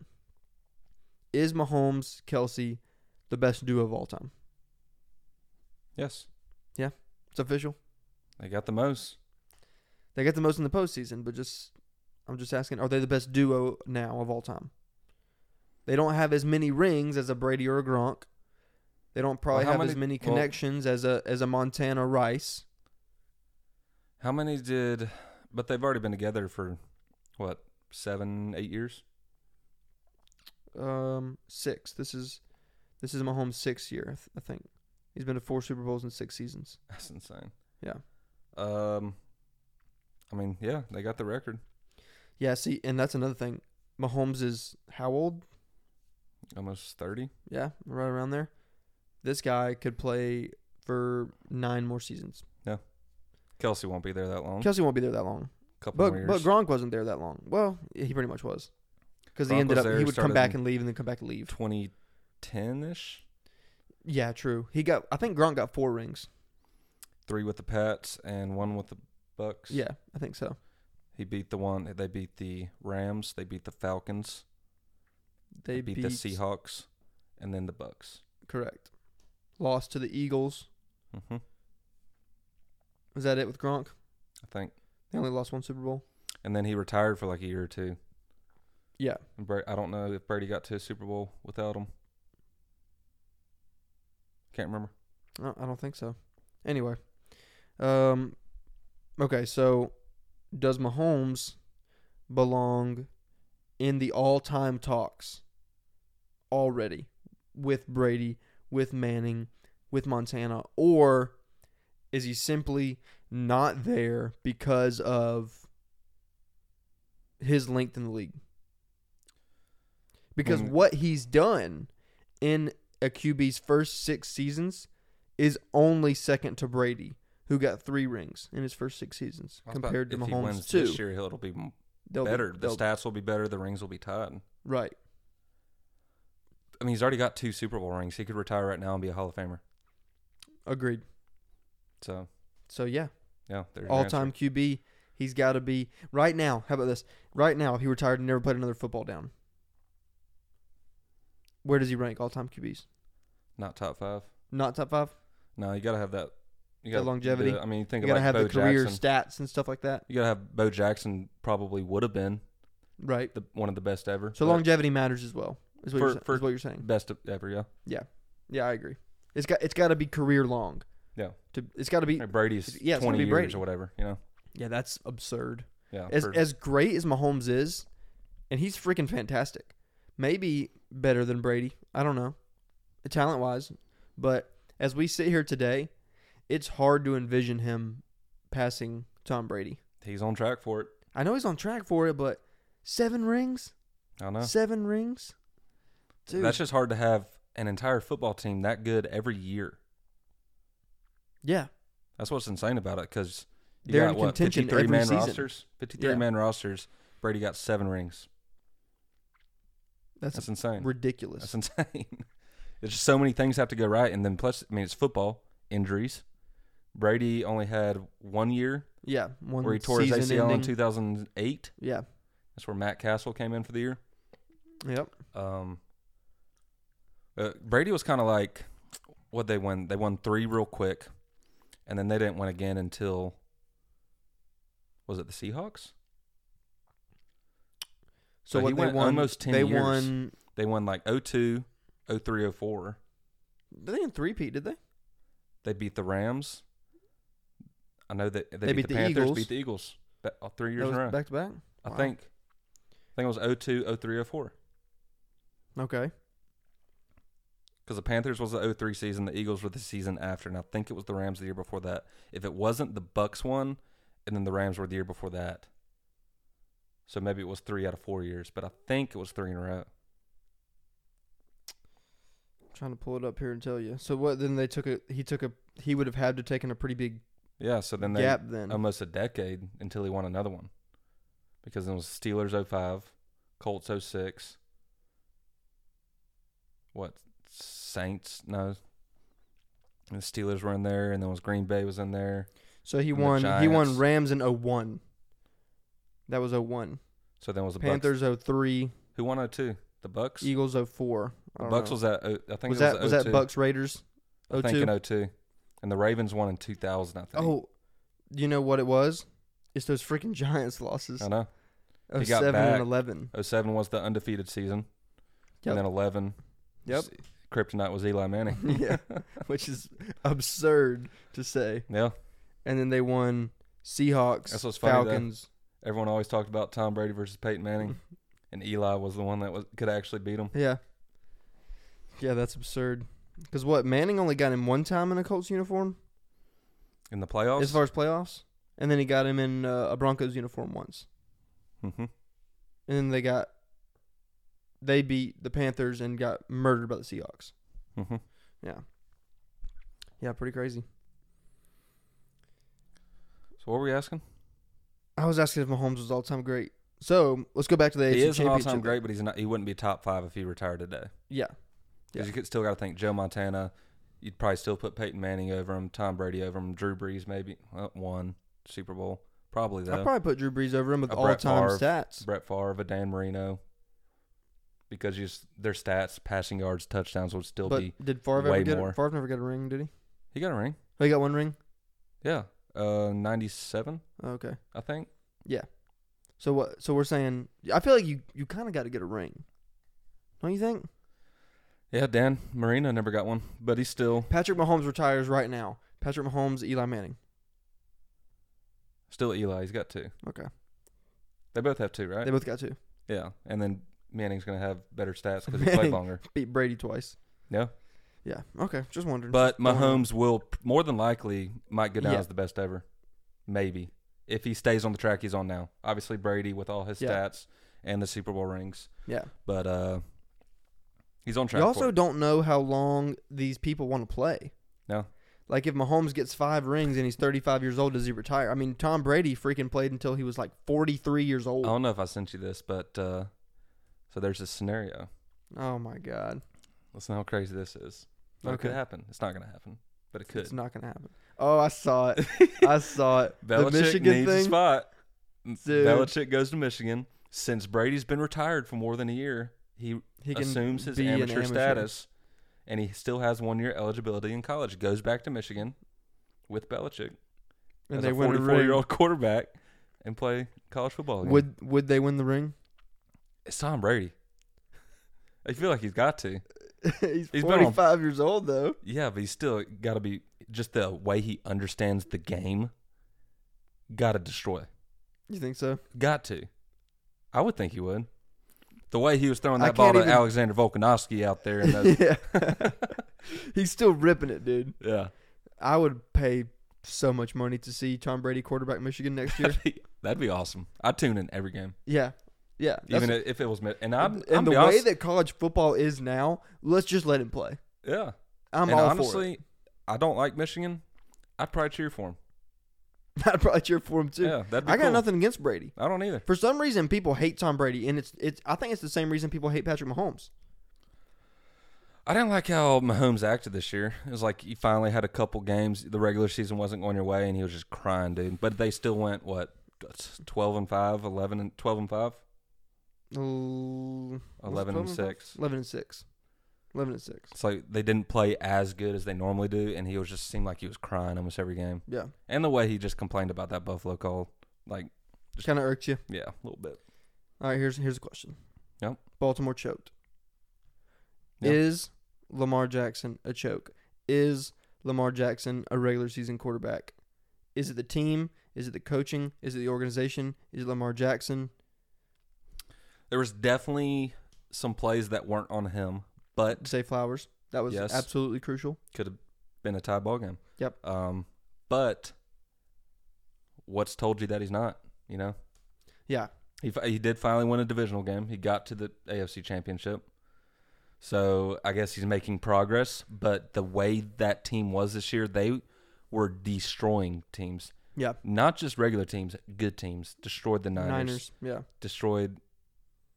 A: Is Mahomes Kelsey the best duo of all time?
B: Yes,
A: It's official.
B: they got the most.
A: They got the most in the postseason, but just I'm just asking, are they the best duo now of all time? They don't have as many rings as a Brady or a Gronk. They don't probably
B: how
A: have
B: many-
A: as many
B: well-
A: connections as a as a Montana Rice.
B: How many did? But they've already been together for what seven, eight years.
A: Um, six. This is this is Mahomes' sixth year, I, th- I think. He's been to four Super Bowls in six seasons.
B: That's insane.
A: Yeah.
B: Um, I mean, yeah, they got the record.
A: Yeah, see, and that's another thing. Mahomes is how old?
B: Almost thirty.
A: Yeah, right around there. This guy could play for nine more seasons.
B: Kelsey won't be there that long.
A: Kelsey won't be there that long,
B: couple
A: but
B: more years.
A: but Gronk wasn't there that long. Well, he pretty much was, because he
B: Gronk
A: ended
B: was
A: up
B: there,
A: he would come
B: started
A: back
B: in-
A: and leave and then come back and leave.
B: 2010 ish.
A: Yeah, true. He got I think Gronk got four rings.
B: Three with the Pats and one with the Bucks.
A: Yeah, I think so.
B: He beat the one. They beat the Rams. They beat the Falcons.
A: They
B: beat, the Seahawks, and then the Bucks.
A: Correct. Lost to the Eagles.
B: hmm I
A: Was that it with Gronk?
B: think.
A: They only lost one Super Bowl.
B: And then he retired for like a year or two.
A: Yeah.
B: And Bra- I don't know if Brady got to a Super Bowl without him. Can't remember.
A: No, I don't think so. Anyway, um, okay. So, does Mahomes belong in the all-time talks already with Brady, with Manning, with Montana, or is he simply not there because of his length in the league? Because
B: Mm.
A: what he's done in a QB's first six seasons is only second to Brady, who got three rings in his first six seasons,
B: I was about-
A: compared to
B: if he
A: Mahomes
B: wins
A: two.
B: This year, he'll- it'll be m-
A: They'll be-
B: better. the
A: they'll-
B: stats will be better. The rings will be tied.
A: right.
B: I mean, he's already got two Super Bowl rings. He could retire right now and be a Hall of Famer.
A: Agreed.
B: So
A: So yeah,
B: yeah, there's your
A: all
B: answer.
A: time QB. He's got to be right now. How about this? Right now, if he retired and never played another football down, where does he rank all time QBs?
B: Not top five.
A: Not top five.
B: No, you gotta have that. You
A: That
B: gotta
A: longevity?
B: the- I mean, think
A: you gotta
B: about
A: have
B: Bo
A: the career
B: Jackson.
A: stats and stuff like that,
B: you gotta have Bo Jackson. Probably would have been
A: right?
B: the one of the best ever.
A: So
B: but
A: longevity matters as well. Is what,
B: For-
A: you're, sa-
B: for-
A: is what you're saying?
B: best of- ever. Yeah,
A: Yeah, I agree. It's got it's got to be career long.
B: Yeah.
A: To it's got to be
B: Like Brady's
A: yeah, it's gonna
B: twenty
A: be
B: years
A: Brady.
B: or whatever. You know.
A: yeah. That's absurd.
B: Yeah.
A: As
B: for-
A: as great as Mahomes is, and he's freaking fantastic. Maybe better than Brady. I don't know, talent wise. But as we sit here today, it's hard to envision him passing Tom Brady.
B: he's on track for it.
A: I know he's on track for it, but seven rings,
B: I know.
A: seven rings. Dude,
B: That's just hard to have an entire football team that good every year.
A: yeah,
B: That's what's insane about it because you
A: They're
B: got
A: in
B: what
A: contention
B: fifty three
A: every
B: man
A: season.
B: rosters. Fifty three
A: Yeah.
B: man rosters. Brady got seven rings.
A: that's,
B: That's insane.
A: ridiculous.
B: That's insane. There's just so many things have to go right, and then plus, I mean, it's football injuries. Brady only had one year
A: yeah, one
B: where he tore his
A: season
B: ACL in
A: ending.
B: 2008.
A: yeah,
B: That's where Matt Castle came in for the year.
A: yep,
B: Um, uh, Brady was kind of like what they won. They won three real quick, and then they didn't win again until was it the Seahawks?
A: So
B: he
A: what they
B: went
A: won?
B: almost 10
A: they
B: years.
A: won.
B: They won like 02, 03, 04.
A: They didn't three peat, did they?
B: They beat the Rams. I know that they,
A: They
B: beat,
A: beat
B: the,
A: the
B: Panthers,
A: Eagles.
B: beat the Eagles, That- all three
A: That
B: years in
A: was
B: a row.
A: back to back.
B: I
A: Wow.
B: think I think it was 02, 03, 04.
A: Okay.
B: Because the Panthers was the 03 season, the Eagles were the season after, and I think it was the Rams the year before that. If it wasn't, the Bucks won, and then the Rams were the year before that. So maybe it was three out of four years, but I think it was three in a row.
A: I'm trying to pull it up here and tell you. So what? Then they took a. He took a. He would have had to taken a pretty big
B: Yeah, so then they um,
A: gap then.
B: almost a decade until he won another one. Because it was Steelers 05, Colts 06. What? Saints? No. The Steelers were in there, and then was Green Bay was in there.
A: so he
B: and the
A: won. He won
B: Giants.
A: Rams in 01. That was 01.
B: So then was the Bucks.
A: Panthers 03.
B: Who won 02? The Bucks?
A: Eagles 04. I
B: the
A: don't
B: Bucks
A: know.
B: was at, oh- I think
A: was
B: it was
A: that was that
B: 02.
A: Bucks Raiders?
B: I think
A: 02?
B: in 02. And the Ravens won in 2000, I think.
A: Oh, you know what it was? It's those freaking Giants losses.
B: I know.
A: Oh,
B: he got
A: seven
B: back.
A: and eleven.
B: 07 was the undefeated season.
A: Yep.
B: And then 11,
A: Yep.
B: Kryptonite was Eli Manning.
A: yeah, which is absurd to say.
B: yeah.
A: And then they won Seahawks,
B: That's what's funny, though.
A: Falcons.
B: Everyone always talked about Tom Brady versus Peyton Manning, and Eli was the one that was could actually beat him.
A: Yeah, yeah, that's absurd. Because what Manning only got him one time in a Colts uniform
B: in the playoffs.
A: as far as playoffs, and then he got him in uh, a Broncos uniform once,
B: hmm
A: and then they got they beat the Panthers and got murdered by the Seahawks.
B: hmm
A: Yeah, pretty crazy.
B: So what were we asking?
A: I was asking if Mahomes was all time great. So let's go back to the AFC
B: he is an
A: championship.
B: all-time great, but he's not. He wouldn't be top five if he retired today.
A: Yeah,
B: 'Cause you could, still got to think Joe Montana. You'd probably still put Peyton Manning over him, Tom Brady over him, Drew Brees maybe well, one Super Bowl probably
A: I'd
B: though.
A: probably put Drew Brees over him with
B: A
A: all
B: Brett
A: time
B: Favre.
A: stats.
B: Brett Favre, a Dan Marino, because you s their stats, passing yards, touchdowns would still
A: But
B: be.
A: did Favre ever
B: way
A: get
B: more.
A: it? Favre never got a ring, did he?
B: He got a ring.
A: Oh, he got one ring.
B: Yeah, uh, ninety-seven,
A: Oh, okay.
B: I think.
A: So what? So we're saying I feel like you you kind of got to get a ring, don't you think?
B: Yeah, Dan Marino never got one, but he's still
A: Patrick Mahomes retires right now. Patrick Mahomes, Eli Manning.
B: Still Eli. He's got two.
A: Okay.
B: They both have two, right?
A: They both got two.
B: yeah. And then Manning's going to have better stats because he played
A: Manning.
B: longer.
A: Beat Brady twice.
B: Yeah.
A: Yeah. Okay. Just wondering.
B: But
A: throwing it out.
B: Mahomes will more than likely might go down
A: Yeah.
B: as the best ever. Maybe. If he stays on the track he's on now. Obviously Brady with all his
A: Yeah.
B: stats and the Super Bowl rings.
A: Yeah.
B: But uh he's on track.
A: You also
B: for it.
A: don't know how long these people want to play.
B: No.
A: Like if Mahomes gets five rings and he's 35 years old, does he retire? I mean, Tom Brady freaking played until he was like 43 years
B: I
A: old.
B: don't know if I sent you this, but uh so there's this scenario.
A: oh my God.
B: Listen how crazy this is. But It could
A: Okay.
B: happen. It's not gonna happen. But it could.
A: It's not gonna happen. Oh, I saw it. I saw it.
B: Belichick
A: the Michigan
B: needs a
A: thing.
B: spot.
A: Dude.
B: Belichick goes to Michigan. Since Brady's been retired for more than a year, he,
A: He
B: assumes his
A: be an
B: amateur, status, and he still has one year eligibility in college. Goes back to Michigan with Belichick
A: and
B: as
A: they
B: a
A: win a
B: forty-four
A: ring.
B: year old quarterback and play college football. Again.
A: Would would they win the ring?
B: it's Tom Brady? I feel like he's got to.
A: he's,
B: He's been on-
A: 45 years old though.
B: Yeah, but he's still got to be just the way he understands the game. Got to destroy.
A: You think so?
B: Got to. I would think he would. The way he was throwing
A: I
B: that ball
A: can't
B: to
A: even-
B: Alexander Volkanovsky out there, and those,
A: yeah. he's still ripping it, dude.
B: yeah,
A: I would pay so much money to see Tom Brady quarterback Michigan next year.
B: that'd be, that'd be awesome. I tune in every game,
A: yeah. Yeah. that's-
B: even if it was. mi- And I'm,
A: and
B: I'm
A: the
B: be
A: way
B: honest-
A: that college football is now, let's just let him play.
B: yeah.
A: I'm
B: and
A: all
B: honestly, I don't like Michigan. I'd probably cheer for
A: for it.
B: him.
A: I'd probably cheer for him too.
B: yeah, that'd be.
A: I got
B: cool.
A: nothing against Brady.
B: I don't either.
A: For some reason, people hate Tom Brady, and it's it's. I think it's the same reason people hate Patrick Mahomes.
B: I didn't like how Mahomes acted this year. It was like he finally had a couple games. The regular season wasn't going your way, and he was just crying, dude. But they still went what twelve and 5, 11 and twelve and five,
A: L- was it
B: eleven
A: 12
B: and
A: five?
B: six.
A: Eleven and six. Eleven and six.
B: So they didn't play as good as they normally do, and he was just seemed like he was crying almost every game.
A: Yeah,
B: And the way he just complained about that Buffalo call, like Just-
A: kind of irked you.
B: yeah, a little bit.
A: All right, here's here's a question.
B: Yep.
A: Baltimore choked.
B: Yep.
A: Is Lamar Jackson a choke? Is Lamar Jackson a regular season quarterback? Is it the team? Is it the coaching? Is it the organization? Is it Lamar Jackson?
B: There was definitely some plays that weren't on him, but
A: Say Flowers. That was
B: Yes.
A: absolutely crucial.
B: could have been a tie ball game.
A: Yep.
B: Um, but what's told you that he's not? You know,
A: Yeah.
B: he fi- he did finally win a divisional game. He got to the AFC Championship. So I guess he's making progress. But the way that team was this year, they were destroying teams,
A: Yeah.
B: not just regular teams, good teams. Destroyed the Niners.
A: Niners. Yeah.
B: Destroyed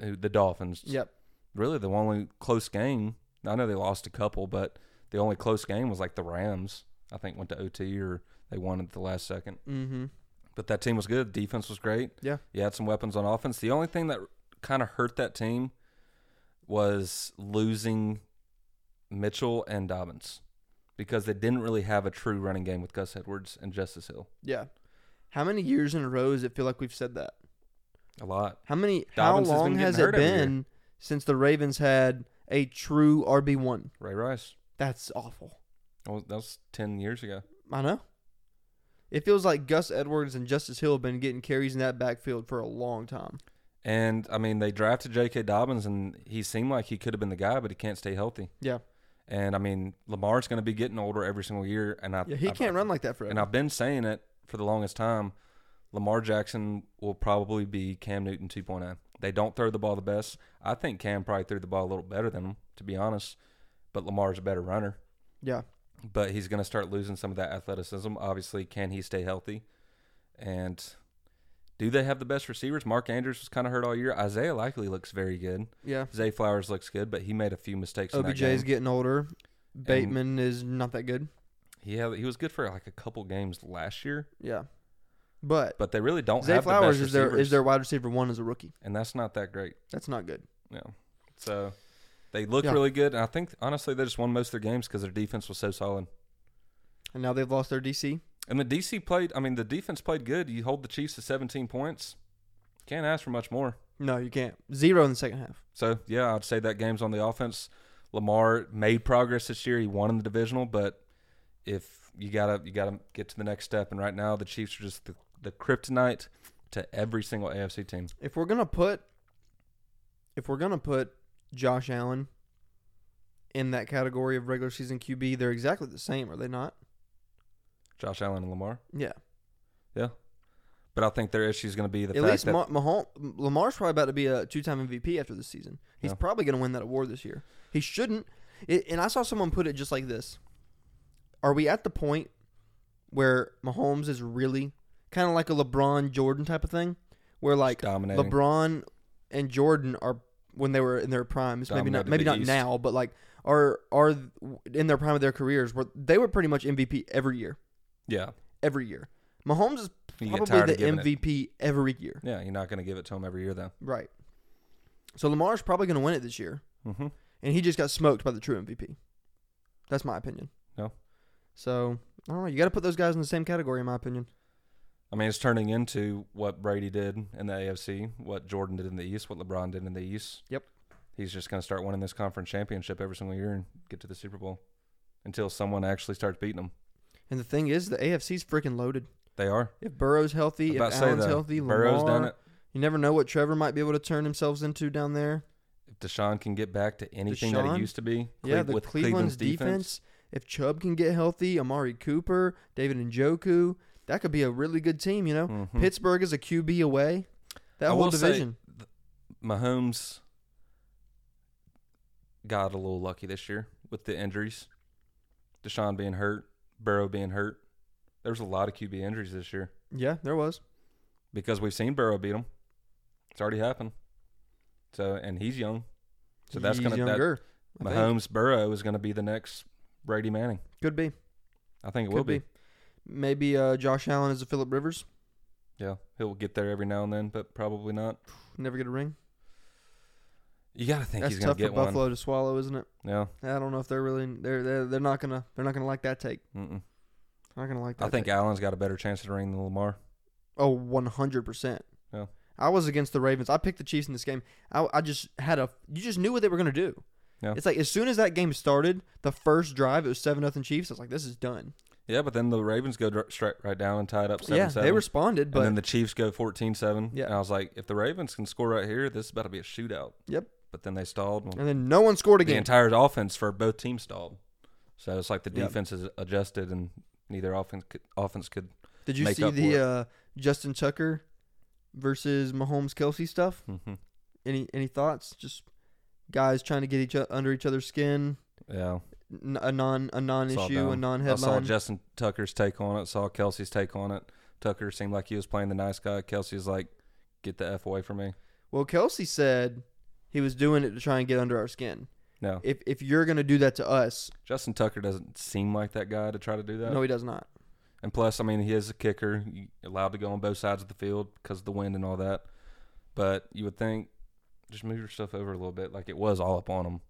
B: uh, the Dolphins.
A: Yep.
B: Really, the only close game. I know they lost a couple, but the only close game was like the Rams. I think went to OT or they won at the last second.
A: Mm-hmm.
B: But that team was good. Defense was great.
A: Yeah.
B: You had some weapons on offense. The only thing that kind of hurt that team was losing Mitchell and Dobbins because they didn't really have a true running game with Gus Edwards and Justice Hill.
A: Yeah. How many years in a row does it feel like we've said that?
B: A lot.
A: How many?
B: Dobbins has
A: how
B: been
A: long
B: getting
A: has, it
B: hurt every year.
A: been since the Ravens had a true RB one?
B: Ray Rice.
A: That's awful.
B: That was, that was 10 years ago.
A: I know. It feels like Gus Edwards and Justice Hill have been getting carries in that backfield for a long time.
B: And I mean, they drafted J.K. Dobbins, and he seemed like he could have been the guy, but he can't stay healthy.
A: Yeah.
B: And I mean, Lamar's going to be getting older every single year, and I
A: Yeah, he
B: I-
A: can't run like that forever.
B: And I've been saying it for the longest time. Lamar Jackson will probably be Cam Newton 2.0. They don't throw the ball the best. I think Cam probably threw the ball a little better than him, to be honest. But Lamar's a better runner.
A: yeah.
B: But he's going to start losing some of that athleticism. Obviously, can he stay healthy? And do they have the best receivers? Mark Andrews was kind of hurt all year. Isaiah likely looks very good.
A: Yeah.
B: Zay Flowers looks good, but he made a few mistakes. in that
A: OBJ's
B: game.
A: getting older. Bateman is not that good.
B: he had, he was good for like a couple games last year,
A: Yeah. But
B: but they really don't
A: Zay
B: have
A: Flowers
B: the best
A: is their is
B: receivers.
A: their wide receiver one as a rookie.
B: and that's not that great.
A: That's not good.
B: Yeah. So they look
A: Yeah.
B: really good. And I think honestly they just won most of their games because their defense was so solid.
A: And now they've lost their DC.
B: And the DC played. I mean, the defense played good. You hold the Chiefs to 17 points. Can't ask for much more.
A: No, you can't. Zero in the second half.
B: So yeah, I'd say that game's on the offense. Lamar made progress this year. He won in the divisional, but if you gotta you gotta get to the next step. And right now the Chiefs are just the, the kryptonite to every single AFC team.
A: If we're gonna put if we're gonna put Josh Allen in that category of regular season QB, they're exactly the same, are they not?
B: Josh Allen and Lamar.
A: Yeah.
B: But I think their issue is going to be the
A: At
B: fact
A: least
B: that
A: Ma- Mahal- Lamar's probably about to be a two-time MVP after this season. He's
B: Yeah.
A: probably going to win that award this year. He shouldn't. It, and I saw someone put it just like this: Are we at the point where Mahomes is really kind of like a LeBron Jordan type of thing, where like
B: dominating.
A: LeBron and Jordan are when they were in their primes, maybe not
B: Dominated
A: maybe
B: the
A: not
B: East.
A: now, but like are are in their prime of their careers where they were pretty much MVP every year,
B: yeah.
A: every year. Mahomes is
B: You get tired
A: probably
B: of
A: the
B: giving it.
A: MVP every year.
B: Yeah, you're not going to give it to him every year, though.
A: Right. So Lamar's probably going to win it this year,
B: Mm-hmm.
A: and he just got smoked by the true MVP. That's my opinion.
B: No.
A: So I don't know. You got to put those guys in the same category, in my opinion.
B: I mean, it's turning into what Brady did in the AFC, what Jordan did in the East, what LeBron did in the East.
A: Yep.
B: He's just going to start winning this conference championship every single year and get to the Super Bowl until someone actually starts beating him.
A: And the thing is, the AFC's freaking loaded.
B: They are.
A: If Burrow's healthy,
B: About
A: if
B: to say,
A: Allen's
B: though,
A: healthy,
B: Burrow's
A: Lamar,
B: done it.
A: you never know what Trevor might be able to turn himself into down there.
B: If Deshaun can get back to anything that
A: Deshaun?
B: he used to be
A: yeah,
B: Cle-
A: the
B: with
A: Cleveland's
B: Cleveland's defense,
A: defense. If Chubb can get healthy, Amari Cooper, David Njoku, that could be a really good team. You know,
B: Mhm.
A: Pittsburgh is a QB away. That
B: I
A: whole
B: will say-
A: division.
B: Mahomes got a little lucky this year with the injuries. Deshaun being hurt, Burrow being hurt. There was a lot of QB injuries this year.
A: yeah, there was.
B: because we've seen Burrow beat him. It's already happened. So and he's young. So that's
A: He's
B: gonna that,
A: younger. I think.
B: Mahomes Burrow is gonna be the next Brady Manning.
A: Could be.
B: I think it
A: Could
B: will
A: be.
B: be.
A: Maybe uh, Josh Allen is a Philip Rivers.
B: Yeah, he'll get there every now and then, but probably not.
A: Never get a ring.
B: You gotta think
A: That's
B: he's gonna
A: tough for
B: get one.
A: Buffalo to swallow, isn't it?
B: Yeah.
A: I don't know if they're really they're they're, they're not gonna they're not gonna like that take.
B: Mm-mm.
A: They're not gonna like that.
B: I think
A: Take.
B: Allen's got a better chance at a ring than Lamar.
A: Oh, one hundred percent.
B: Yeah.
A: I was against the Ravens. I picked the Chiefs in this game. I, I just had a you just knew what they were gonna do.
B: Yeah.
A: It's like as soon as that game started, the first drive it was seven nothing Chiefs. I was like, this is done.
B: Yeah, but then the Ravens go dr- straight right down and tie it up seven
A: yeah,
B: seven.
A: they responded, but
B: and then the Chiefs go 14-7.
A: Yeah.
B: and I was like, if the Ravens can score right here, this is about to be a shootout.
A: Yep.
B: But then they stalled. and
A: and then no one scored
B: the
A: again.
B: entire offense for both teams stalled. So it's like the
A: Yep.
B: defense is adjusted, and neither offense could, offense could.
A: Did you
B: make
A: see
B: up for it.
A: the uh, Justin Tucker versus Mahomes Kelsey stuff?
B: Mhm.
A: Any any thoughts? Just guys trying to get each o- under each other's skin.
B: Yeah,
A: N- a non a non issue, a
B: dumb.
A: non
B: I saw
A: headline.
B: Justin Tucker's take on it. Saw Kelsey's take on it. Tucker seemed like he was playing the nice guy. Kelsey's like, get the f away from me.
A: well, Kelsey said he was doing it to try and get under our skin.
B: No,
A: If if you're gonna do that to us,
B: Justin Tucker doesn't seem like that guy to try to do that.
A: no, he does not.
B: And plus, I mean, he is a kicker, you allowed to go on both sides of the field because of the wind and all that. But you would think just move your stuff over a little bit, like it was all up on him.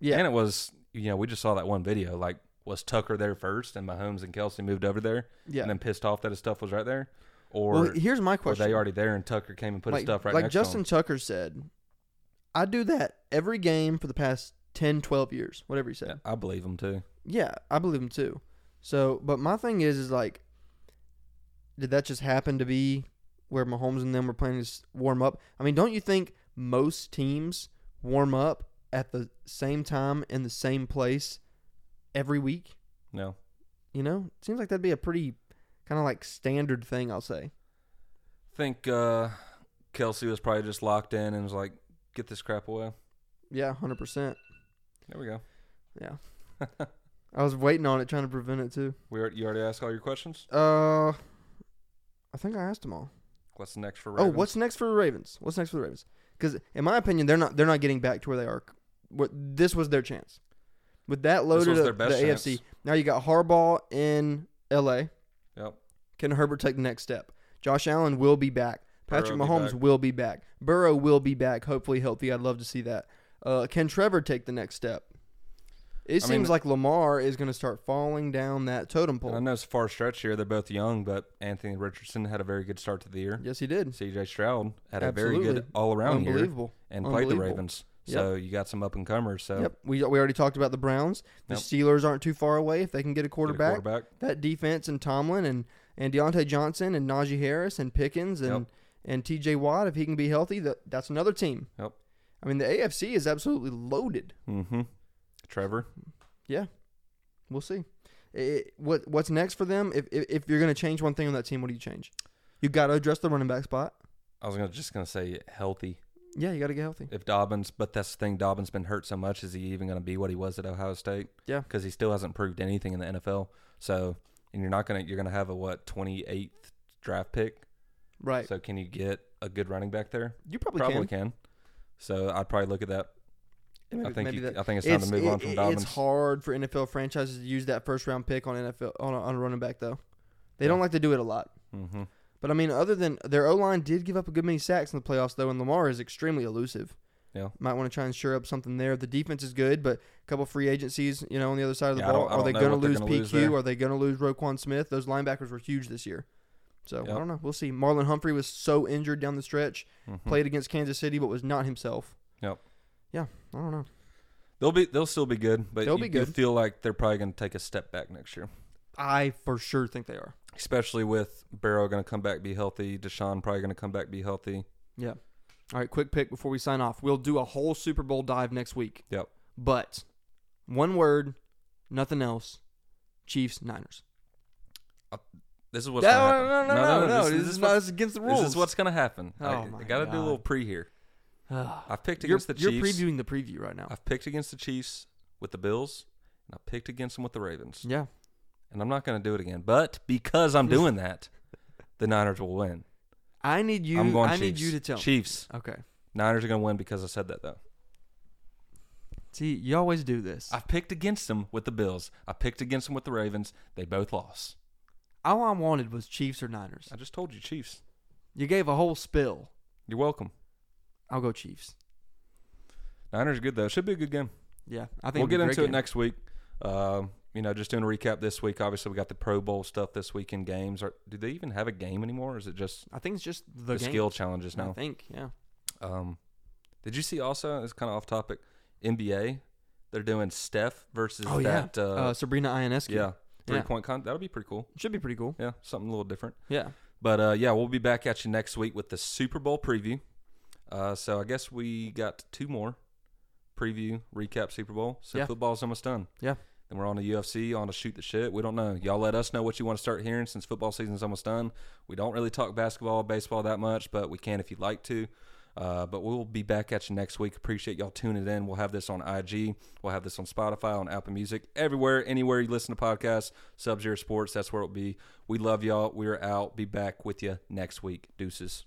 A: Yeah.
B: and it was you know we just saw that one video. Like, was Tucker there first, and Mahomes and Kelsey moved over there,
A: Yeah.
B: and then pissed off that his stuff was right there, or
A: well, here's my
B: were
A: question.
B: they already there and Tucker came and put
A: like,
B: his stuff right
A: like
B: next
A: Justin
B: to
A: Tucker said, I do that every game for the past 10, 12 years, whatever he said.
B: him? Yeah, I believe him too.
A: Yeah, I believe him too. So, but my thing is, is like, did that just happen to be where Mahomes and them were playing this warm up? I mean, don't you think most teams warm up at the same time in the same place every week?
B: No,
A: You know, it seems like that'd be a pretty kind of like standard thing. I'll say.
B: I think uh, Kelsey was probably just locked in and was like, "Get this crap away."
A: Yeah, hundred percent.
B: There we go.
A: Yeah. I was waiting on it, trying to prevent it too.
B: We already, you already asked all your questions.
A: Uh, I think I asked them all.
B: What's next for Ravens?
A: Oh, what's next for the Ravens? What's next for the Ravens? Because in my opinion, they're not they're not getting back to where they are. What this was their chance. With that
B: was
A: loaded
B: their
A: up
B: best
A: the
B: chance.
A: AFC, now you got Harbaugh in L.A.
B: Yep.
A: Can Herbert take the next step? Josh Allen will be back. Patrick
B: Burrow will be
A: Mahomes
B: back.
A: will be back. Burrow will be back. Hopefully healthy. I'd love to see that. Uh, can Trevor take the next step? It
B: I mean-
A: seems like Lamar is going to start falling down that totem
B: And I
A: pole.
B: know it's a far stretch here. They're both young, but Anthony Richardson had a very good start to the year.
A: Yes, he did.
B: CJ Stroud had a very good
A: Absolutely.
B: all around year
A: Unbelievable.
B: and played the
A: Unbelievable.
B: Ravens. So you got some up and comers. So
A: Yep. We, we already talked about the Browns. The
B: Yep.
A: Steelers aren't too far away if they can get a
B: get a
A: quarterback.
B: quarterback.
A: That defense and Tomlin and, and Deontay Johnson and Najee Harris and Pickens and,
B: Yep.
A: and TJ Watt, if he can be healthy, that, that's another team.
B: Yep.
A: I mean, the AFC is absolutely loaded.
B: Mm-hmm. Trevor.
A: We'll see. It- what What's next for them? If, if, if you're going to change one thing on that team, what do you change? You got to address the running back spot.
B: I was gonna, just going to say healthy.
A: Yeah, you got to get healthy.
B: If Dobbins, but that's the thing. Dobbins been hurt so much. Is he even going to be what he was at Ohio State?
A: Yeah.
B: Because he still hasn't proved anything in the NFL. So, and you're not going to, you're going to have a, what, 28th draft pick?
A: Right.
B: So can you get a good running back there?
A: you probably,
B: Probably
A: can.
B: can. So I'd probably look at that.
A: Maybe,
B: I think
A: maybe
B: you,
A: that-
B: I think it's time to move
A: it-
B: on from
A: it-
B: Dobbins.
A: It's hard for NFL franchises to use that first round pick on NFL on a, on a running back though. They don't
B: Yeah.
A: like to do it a lot.
B: Mm-hmm.
A: But I mean, other than their O line did give up a good many sacks in the playoffs though, and Lamar is extremely elusive.
B: Yeah.
A: might want to try and shore up something there. The defense is good, but a couple free agencies, you know, on the other side of the
B: Yeah, I
A: ball.
B: don't- I
A: Are
B: don't
A: they
B: know
A: going to
B: what they're
A: lose
B: gonna lose
A: PQ?
B: there.
A: Are they going to lose Roquan Smith? Those linebackers were huge this year. So I
B: Yep.
A: don't know. We'll see. Marlon Humphrey was so injured down the stretch.
B: Mm-hmm.
A: Played against Kansas City, but was not himself.
B: Yep.
A: Yeah, I don't know.
B: They'll be they'll still be good, but
A: They'll
B: you,
A: be
B: you
A: good.
B: feel like they're probably going to take a step back next year,
A: I for sure think they are.
B: especially with Barrow going to come back be healthy, Deshaun probably going to come back be healthy.
A: All right, quick pick before we sign off. We'll do a whole Super Bowl dive next week.
B: Yep.
A: But one word, nothing else. Chiefs, Niners.
B: This is what's going to happen. This, is what's-
A: against the
B: this is what's going to happen. I-
A: Oh,
B: I,
A: my
B: got to do a little
A: God.
B: pre here. I've picked
A: you're,
B: against the
A: you're
B: Chiefs.
A: previewing the preview right now.
B: I've picked against the Chiefs with the Bills, and I picked against them with the Ravens.
A: Yeah.
B: And I'm not going to do it again, but because I'm doing that, the Niners will win.
A: I need you.
B: I'm going
A: I
B: Chiefs.
A: need you to tell. me.
B: Chiefs.
A: Okay.
B: Niners are going to win because I said that though.
A: See, you always do this.
B: I've picked against them with the Bills. I picked against them with the Ravens. They both lost.
A: All I wanted was Chiefs or Niners.
B: I just told you, Chiefs.
A: You gave a whole spill.
B: You're welcome.
A: I'll go Chiefs.
B: Niners are good though. Should be a good game.
A: Yeah, I think
B: We'll
A: it'd be
B: get
A: a great
B: into it
A: game.
B: next week. Um, you know, just doing a recap this week. Obviously, we got the Pro Bowl stuff this week in games. Or, do they even have a game anymore? Or is it just
A: I think it's just the,
B: the,
A: game.
B: skill challenges
A: I
B: now?
A: think. Yeah.
B: Um, did you see also? It's kind of off topic. NBA. They're doing Steph versus
A: Oh, yeah.
B: that. Uh,
A: Uh, Sabrina Ionescu.
B: yeah, Three
A: Yeah.
B: point con that'll be pretty cool.
A: Should be pretty cool.
B: Yeah, something a little different.
A: Yeah.
B: But uh, yeah, we'll be back at you next week with the Super Bowl preview. Uh, so I guess we got two more preview recap Super Bowl. So
A: Yeah.
B: football's almost done.
A: Yeah.
B: Then we're on to UFC, on to shoot the shit. We don't know. Y'all let us know what you want to start hearing since football season's almost done. We don't really talk basketball, baseball that much, but we can if you'd like to. Uh, but we'll be back at you next week. Appreciate y'all tuning in. We'll have this on IG. We'll have this on Spotify, on Apple Music, everywhere, anywhere you listen to podcasts. Sub Zero Sports, that's where it'll be. We love y'all. We're out. Be back with you next week. Deuces.